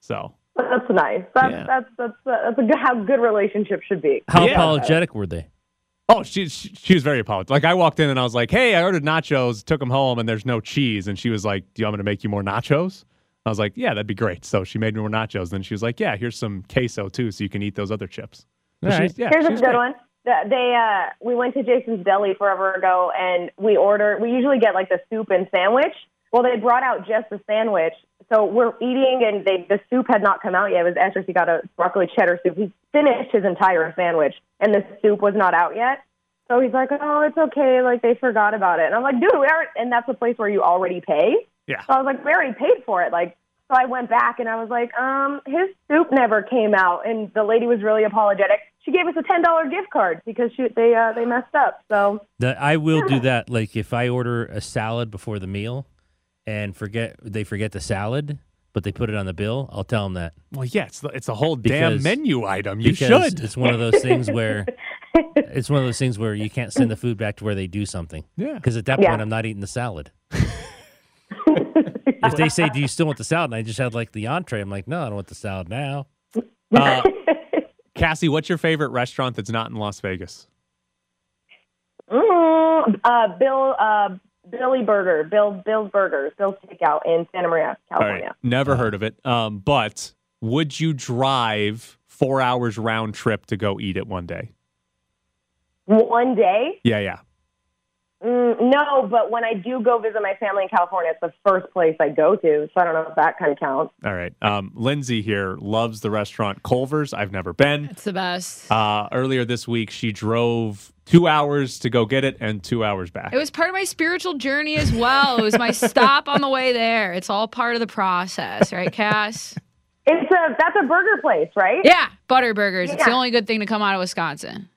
D: So
M: That's nice. That's
D: Yeah.
M: that's that's that's a good, how good relationships should be.
I: How apologetic were they?
D: Oh, she, she she was very apologetic. Like I walked in and I was like, "Hey, I ordered nachos, took them home, and there's no cheese." And she was like, "Do you want me to make you more nachos?" I was like, "Yeah, that'd be great." So she made me more nachos. Then she was like, "Yeah, here's some queso too, so you can eat those other chips." So
I: All
D: she-
I: right.
D: yeah,
M: Here's a
D: she's
M: good
D: great.
M: one. The- They uh, we went to Jason's Deli forever ago, and we order. We usually get like the soup and sandwich. Well, they brought out just the sandwich, so we're eating, and they, the soup had not come out yet. It was after he got a broccoli cheddar soup. He finished his entire sandwich, and the soup was not out yet. So he's like, "Oh, it's okay. Like they forgot about it." And I'm like, "Dude, we are." And that's a place where you already pay.
D: Yeah.
M: So I was like, "We already paid for it." Like, so I went back and I was like, "Um, his soup never came out," and the lady was really apologetic. She gave us a ten dollar gift card because she, they uh, they messed up. So
I: That I will do that. Like if I order a salad before the meal, and forget they forget the salad, but they put it on the bill, I'll tell them that.
D: Well, yeah, it's the, it's a whole damn
I: Because-
D: menu item. You
I: because
D: should.
I: It's one of those things where it's one of those things where you can't send the food back to where they do something.
D: Yeah.
I: Because at that
M: Yeah.
I: point, I'm not eating the salad. if they say, "Do you still want the salad?" and I just had like the entree, I'm like, "No, I don't want the salad now."
D: Uh, Cassie, what's your favorite restaurant that's not in Las Vegas?
M: mm, uh, Bill uh, Billy Burger, Bill Bill's Burgers, Bill's Takeout in Santa Maria, California.
D: Never
I: Uh-huh.
D: heard of it. Um, but would you drive four hours round trip to go eat it one day?
M: One day,
D: Yeah, yeah.
M: Mm, no, but when I do go visit my family in California, it's the first place I go to. So I don't know if that kind of counts.
D: All right. Um, Lindsay here loves the restaurant Culver's. I've never been.
K: It's the best.
D: Uh, earlier this week, she drove two hours to go get it and two hours back.
K: It was part of my spiritual journey as well. It was my stop on the way there. It's all part of the process, right, Cass?
M: It's a that's a burger place, right?
K: Yeah, butter burgers. It's the
M: Yeah.
K: only good thing to come out of Wisconsin.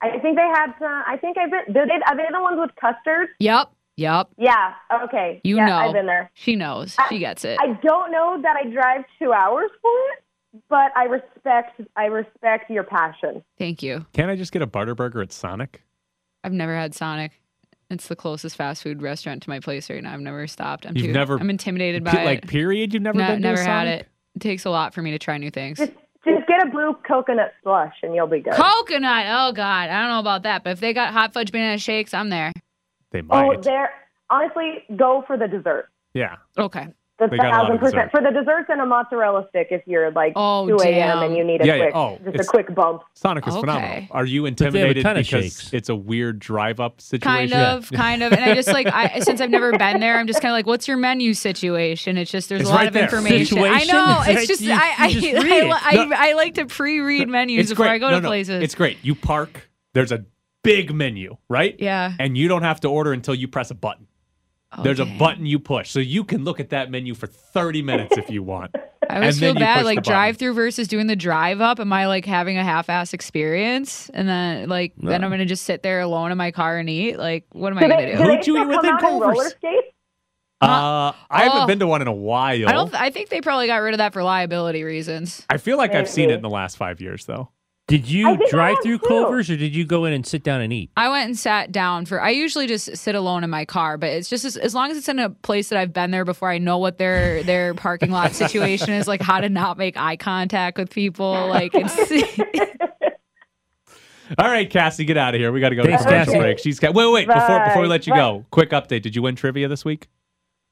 M: I think they had. Uh, I think I've been. They're, they, are they the ones with custard?
K: Yep, yep.
M: Yeah. Okay.
K: You
M: yeah,
K: know.
M: I've been there.
K: She knows. She gets it.
M: I don't know that I drive two hours for it, but I respect. I respect your passion.
K: Thank you.
D: Can't I just get a butter burger at Sonic?
K: I've never had Sonic. It's the closest fast food restaurant to my place right now. I've never stopped. I'm
D: You've
K: too,
D: never-
K: I'm intimidated by
D: Pe-
K: it.
D: like, period? You've never
K: No,
D: been to a
K: never had
D: Sonic?
K: it. It takes a lot for me to try new things.
M: Just get a blue coconut slush, and you'll be good.
K: Coconut. Oh God, I don't know about that, but if they got hot fudge banana shakes, I'm there.
D: They
M: oh,
D: might.
M: there. Honestly, go for the dessert.
D: yeah.
K: Okay.
M: The
D: They got a lot
M: thousand
D: of
M: percent
D: dessert.
M: for the desserts and a mozzarella stick if you're like
K: Oh,
M: 2 a.m.
K: damn.
M: and you need a
D: Yeah, yeah.
M: quick,
D: Oh,
M: just a
D: it's-
M: quick bump.
D: Sonic is
K: Okay.
D: phenomenal. Are you
I: they have a
D: intimidated
I: ton of
D: because
I: shakes.
D: it's a weird drive up situation?
K: Kind of, kind of, and I just like I since I've never been there, I'm just kind of like, what's your menu situation? It's just there's
D: It's
K: a lot
D: right
K: of
D: there.
K: information. I
I: Situation?
K: know
I: It's
K: it's
I: right-
K: just
I: you-
K: I I,
I: you just read it.
K: I, I,
D: No.
K: I like to pre-read menus
D: It's
K: before
D: great.
K: I go
D: No,
K: to
D: no,
K: places.
D: It's great. You park, there's a big menu, right?
K: Yeah.
D: And you don't have to order until you press a button. There's a
K: Okay.
D: button you push. So you can look at that menu for 30 minutes if you want.
K: I always
D: and then you
K: feel
D: push
K: bad,
D: the
K: like
D: button.
K: drive-through versus doing the drive-up. Am I like having a half-ass experience, and then like then I'm gonna just sit there alone in my car and eat? Like, what am I
M: Do
K: gonna
M: they,
K: do?
M: do they
D: Who'd you
M: still
D: eat with
M: come
D: in
M: out in roller
D: Culver's?
M: skates?
D: Uh, I
K: Oh.
D: haven't been to one in a while.
K: I don't. I think they probably got rid of that for liability reasons.
D: I feel like I've seen it
M: Maybe.
D: in the last five years, though.
I: Did
M: I
I: you
M: think I
I: drive through
M: have, too.
I: Culver's or did you go in and sit down and eat?
K: I went and sat down for. I usually just sit alone in my car, but it's just as, as long as it's in a place that I've been there before. I know what their their parking lot situation is like, how to not make eye contact with people. Like it's
D: All right, Cassie, get out of here. We got to go
I: Thanks,
D: to commercial
I: Cassie.
D: break. She's ca- wait, wait before before we
M: Bye.
D: let you go. Quick update: Did you win trivia this week?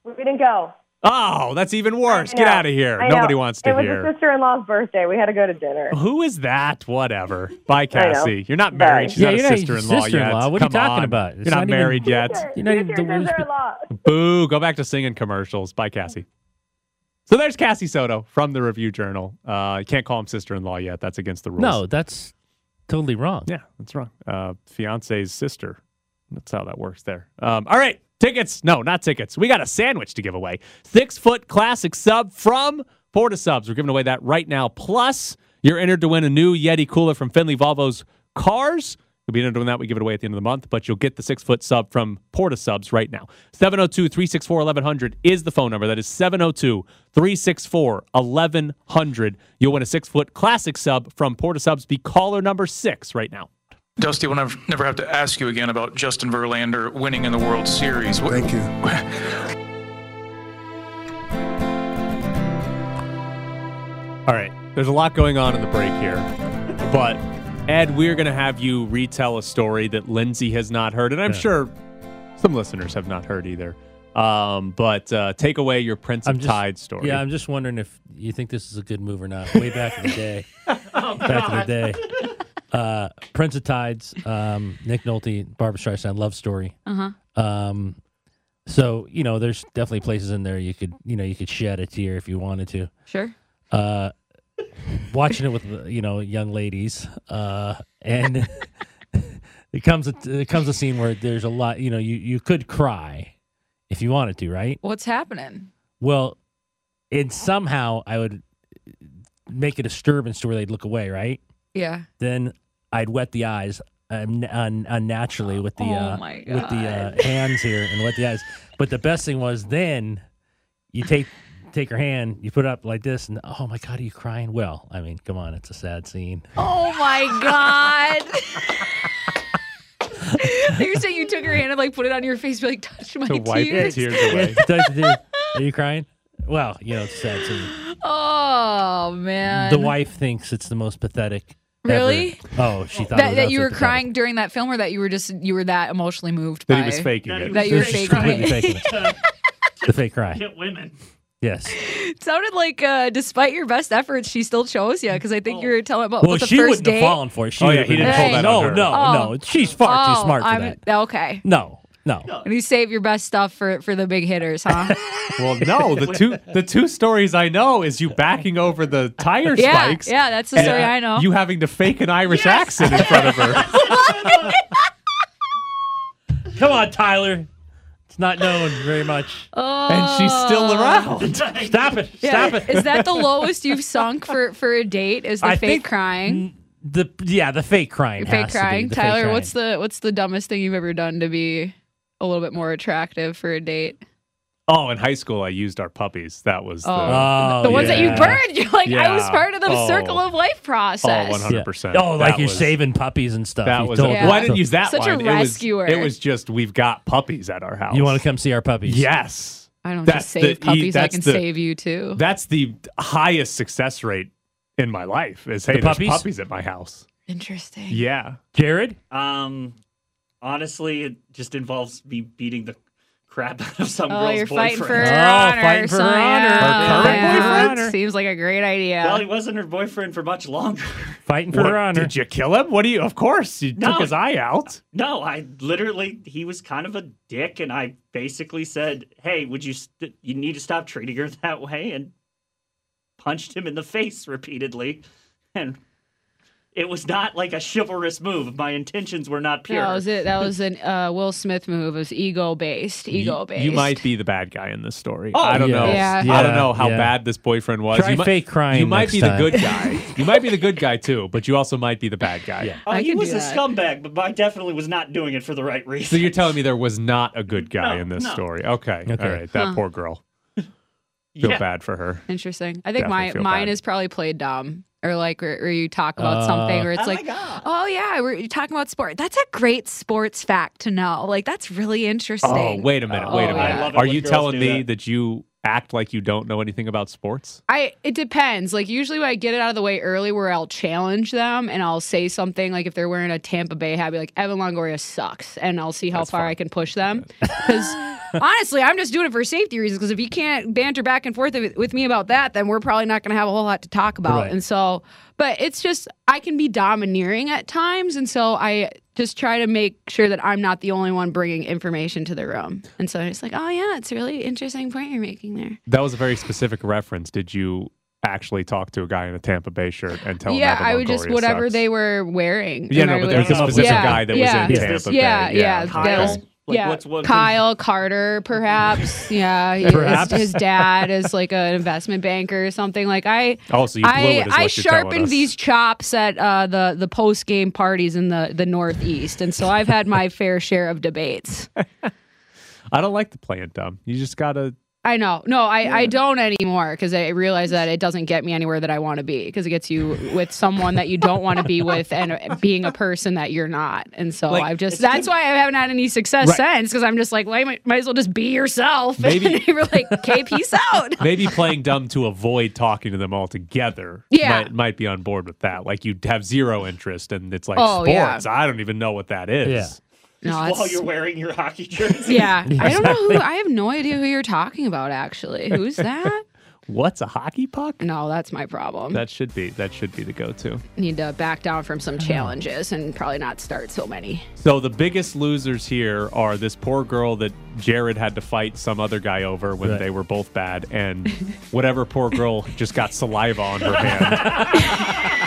M: We didn't go.
D: Oh, that's even worse.
M: I
D: Get
M: know.
D: out of here.
M: I
D: Nobody
M: know.
D: wants to
M: It was
D: hear.
M: a sister-in-law's birthday. We had to go to dinner.
D: Who is that? Whatever. Bye, Cassie. You're not
M: Bye.
D: married. She's
I: Yeah,
D: not
I: you're
D: a
I: not even
D: sister-in-law,
I: sister-in-law.
D: yet.
I: What are you
D: Come
I: talking
D: on.
I: about?
D: You're
I: It's
D: not,
I: not even-
D: married yet.
M: Sister-
I: You're not even
M: sister-
I: the worst-
M: sister-in-law.
D: Boo. Go back to singing commercials. Bye, Cassie. So there's Cassie Soto from the Review Journal. Uh, you can't call him sister-in-law yet. That's against the rules.
I: No, that's totally wrong.
D: Yeah, that's wrong. Uh, fiance's sister. That's how that works there. Um, all right, tickets. No, not tickets. We got a sandwich to give away. Six foot classic sub from Porta Subs. We're giving away that right now. Plus, you're entered to win a new Yeti cooler from Finley Volvo's Cars. You'll be entered to win that. We give it away at the end of the month, but you'll get the six foot sub from Porta Subs right now. 702 364 1100 is the phone number. That is 702 364 1100. You'll win a six foot classic sub from Porta Subs. Be caller number six right now.
O: Dusty, we'll nev- never have to ask you again about Justin Verlander winning in the World Series. Thank you.
D: All right. There's a lot going on in the break here. But Ed, we're going to have you retell a story that Lindsay has not heard, and I'm
I: Yeah.
D: sure some listeners have not heard either. Um, but uh, take away your Prince of Tide story.
I: Yeah, I'm just wondering if you think this is a good move or not. Way back in the day, back in the day, uh, Prince of Tides, um, Nick Nolte, Barbara Streisand, love story.
K: Uh-huh.
I: Um, so you know, there's definitely places in there you could, you know, you could shed a tear if you wanted to.
K: Sure.
I: Uh, watching it with you know young ladies, uh, and it comes a, it comes a scene where there's a lot. You know, you you could cry if you wanted to, right?
K: What's happening?
I: Well, and somehow I would make a disturbance to where they'd look away, right?
K: Yeah.
I: Then I'd wet the eyes um, un- unnaturally with the
K: Oh
I: uh,
K: my
I: with the uh, hands here and wet the eyes. But the best thing was then you take take her hand, you put it up like this, and oh my god, are you crying? Well, I mean, come on, it's a sad scene.
K: Oh my god. You're saying you took her hand and like put it on your face, be like, touch my tears.
I: Are you crying? Well, you know, it's a sad scene.
K: Oh man.
I: The wife thinks it's the most pathetic. ever.
K: Really?
I: Oh, she thought it was
K: that, that you
I: absolutely
K: were
I: pathetic.
K: crying during that film, or that you were just you were that emotionally moved
I: That
K: by
I: he was faking That he it. was
K: That you were
I: faking
K: faking
I: it.
K: it.
I: Completely faking The fake cry.
J: Get women.
I: Yes.
K: It sounded like, uh, despite your best efforts, she still chose you because I think you were telling about
I: well,
K: the
I: she
K: 1st
I: wouldn't
K: date.
I: have fallen for it. She
D: Oh,
I: would
D: yeah,
I: have
D: he
I: been-
D: didn't pull that
I: No,
D: on her.
I: no,
K: Oh.
I: no. She's far too
K: Oh,
I: smart for
K: I'm-
I: that.
K: Okay.
I: No, no.
K: And you save your best stuff for for the big hitters, huh?
D: well, no, the two the two stories I know is you backing over the tire
K: Yeah,
D: spikes.
K: yeah, that's the
D: and
I: uh,
K: story I know.
D: You having to fake an Irish accent in front of her.
I: Come on, Tyler. It's not known very much.
K: Oh.
I: Stop it.
K: Yeah,
I: Stop it.
K: Is that the lowest you've sunk for for a date? Is the
I: I
K: fake
I: think-
K: crying?
I: The yeah, the fake crying.
K: Fake
I: has to be,
K: crying,
I: the fake
K: Tyler.
I: crying.
K: What's the what's the dumbest thing you've ever done to be a little bit more attractive for a date?
D: oh, in high school I used our puppies. That was the,
I: Oh.
K: the ones that you
D: yeah.
K: burned. You're like, I was
D: Yeah.
K: part of the
D: Oh.
K: circle of life process.
D: Oh, 100%.
I: Yeah. Oh, like
D: That
I: you're
D: was-
I: saving puppies and stuff.
D: That
I: You
D: was a,
I: told-
D: well. I didn't use that
K: Such a
D: line.
K: rescuer.
D: It was, it was just we've got puppies at our house.
I: You want to come see our puppies?
D: Yes.
K: I don't
D: That's
K: just save
D: the- e,
K: puppies. I
D: that's
K: can
D: the-
K: save you too.
D: That's the highest success rate in my life. Is hey,
I: The
D: there's
I: puppies?
D: puppies at my house.
K: Interesting.
D: Yeah,
I: Jared.
J: Um, honestly, it just involves me beating the crap out of some
K: Oh,
J: girl's
K: you're
J: boyfriend.
K: fighting for her honor. so yeah, yeah, Seems like a great idea.
J: Well, he wasn't her boyfriend for much longer.
I: fighting
J: for
D: What,
J: her honor.
D: Did you kill him? What do you? Of course, you
J: No.
D: took his eye out.
J: No, I literally, he was kind of a dick, and I basically said, "Hey, would you st- you need to stop treating her that way?" and punched him in the face repeatedly, and it was not like a chivalrous move. My intentions were not pure.
K: That was it. That was an uh, Will Smith move. It was ego based. Ego based.
D: You might be the bad guy in this story.
K: Oh,
D: I don't know.
K: yeah.
D: I
I: Yeah,
D: don't know how
I: yeah.
D: bad this boyfriend was.
I: Try
D: you might,
I: fake crying
D: You might
I: next
D: be
I: time.
D: the good guy. you might be the good guy too, but you also might be the bad guy.
J: Oh,
K: I
J: he
K: can
J: was
K: do
J: a
K: that.
J: scumbag, but I definitely was not doing it for the right reason.
D: So you're telling me there was not a good guy
J: No,
D: in this
J: no.
D: story? Okay.
I: Okay.
D: All right. That
K: Huh.
D: poor girl. Feel
J: Yeah.
D: bad for her.
K: Interesting. I think
D: Definitely
K: my
D: feel
K: mine
D: bad.
K: is probably played dumb. Or like, where, where you talk about
D: Uh,
K: something, where it's
J: Oh my
K: like, oh yeah, we're you're talking about sport. That's a great sports fact to know. Like, that's really interesting.
D: Oh, wait a minute. Wait a minute.
K: Oh, yeah. I love
J: it
D: Are
J: when
D: you
J: girls
D: telling
J: do
D: me
J: that.
D: that. you act like you don't know anything about sports?
K: I it depends. Like usually when I get it out of the way early where I'll challenge them and I'll say something like if they're wearing a Tampa Bay hat, I'll be like Evan Longoria sucks and I'll see how far I can push them. Cuz honestly, I'm just doing it for safety reasons cuz if you can't banter back and forth with- with me about that, then we're probably not going to have a whole lot to talk about.
I: Right.
K: And so But it's just I can be domineering at times, and so I just try to make sure that I'm not the only one bringing information to the room. And so I'm just like, oh yeah, it's a really interesting point you're making there.
D: That was a very specific reference. Did you actually talk to a guy in a Tampa Bay shirt and tell him?
K: yeah,
D: Evan
K: I would just
D: Longoria
K: whatever
D: sucks?
K: they were wearing.
D: Yeah,
K: when
D: no,
K: I
D: but there was a
K: up.
D: specific guy that was in
K: yeah,
D: Tampa Bay.
K: uh,
D: Yeah.
K: Yeah, yeah,
D: Kyle?
K: that was-
J: Like,
K: yeah.
J: what's- what-
K: Kyle Carter, perhaps. Yeah, he- his-
D: Perhaps?
K: His, dad is like an investment banker or something. Like I,
D: Oh, so you blew
K: I,
D: it is what
K: I
D: you're telling
K: sharpened
D: us.
K: these chops at uh, the the post game parties in the the Northeast, and so I've had my fair share of debates.
D: I don't like the playing dumb. You just gotta.
K: I know. No, I, I don't anymore because I realize that it doesn't get me anywhere that I want to be because it gets you with someone that you don't want to be with and being a person that you're not. And so
D: Like,
K: I've just,
D: it's
K: that's why I haven't had any success
D: Right.
K: since because I'm just like, well, you might, might as well just be yourself.
D: Maybe-
K: and they were like, okay, peace out.
D: Maybe playing dumb to avoid talking to them altogether.
K: Yeah.
D: might, might be on board with that. Like you have zero interest, and it's like
K: Oh, yeah.
D: sports. I don't even know what that is.
K: No,
J: while
K: it's-
J: you're wearing your hockey jersey.
K: Yeah. I don't know who, I have no idea who you're talking about actually. Who's that?
D: What's a hockey puck?
K: No, that's my problem.
D: That should be that should be the go-to.
K: Need to back down from some challenges and probably not start so many.
D: So the biggest losers here are this poor girl that Jared had to fight some other guy over when they were both bad, and whatever poor girl just got saliva on her hand.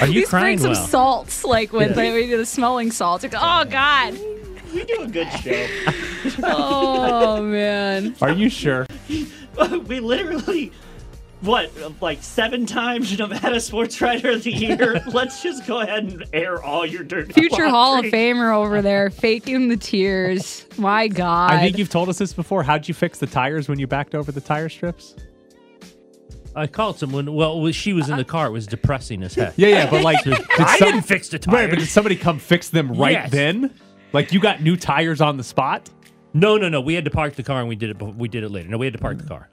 D: Are
K: At least bring some salts, like when
D: Yeah.
K: they we do the smelling salts. Like, oh God.
J: You do a good show.
K: oh man.
D: Are you sure?
J: we literally what like seven times Nevada Sports Writer of the Year. Let's just go ahead and air all your dirty
K: Future Hall of
J: laundry.
K: Famer over there, faking the tears. My God.
D: I think you've told us this before. How'd you fix the tires when you backed over the tire strips?
I: I called someone. Well, she was in the car. It was depressing as heck.
D: Yeah, yeah, but like, did
I: I
D: some-
I: didn't fix the tires.
D: Right, but did somebody come fix them right
I: Yes.
D: then? Like you got new tires on the spot?
I: No, no, no. We had to park the car and we did it. bef- We did it later. No, we had to park the car.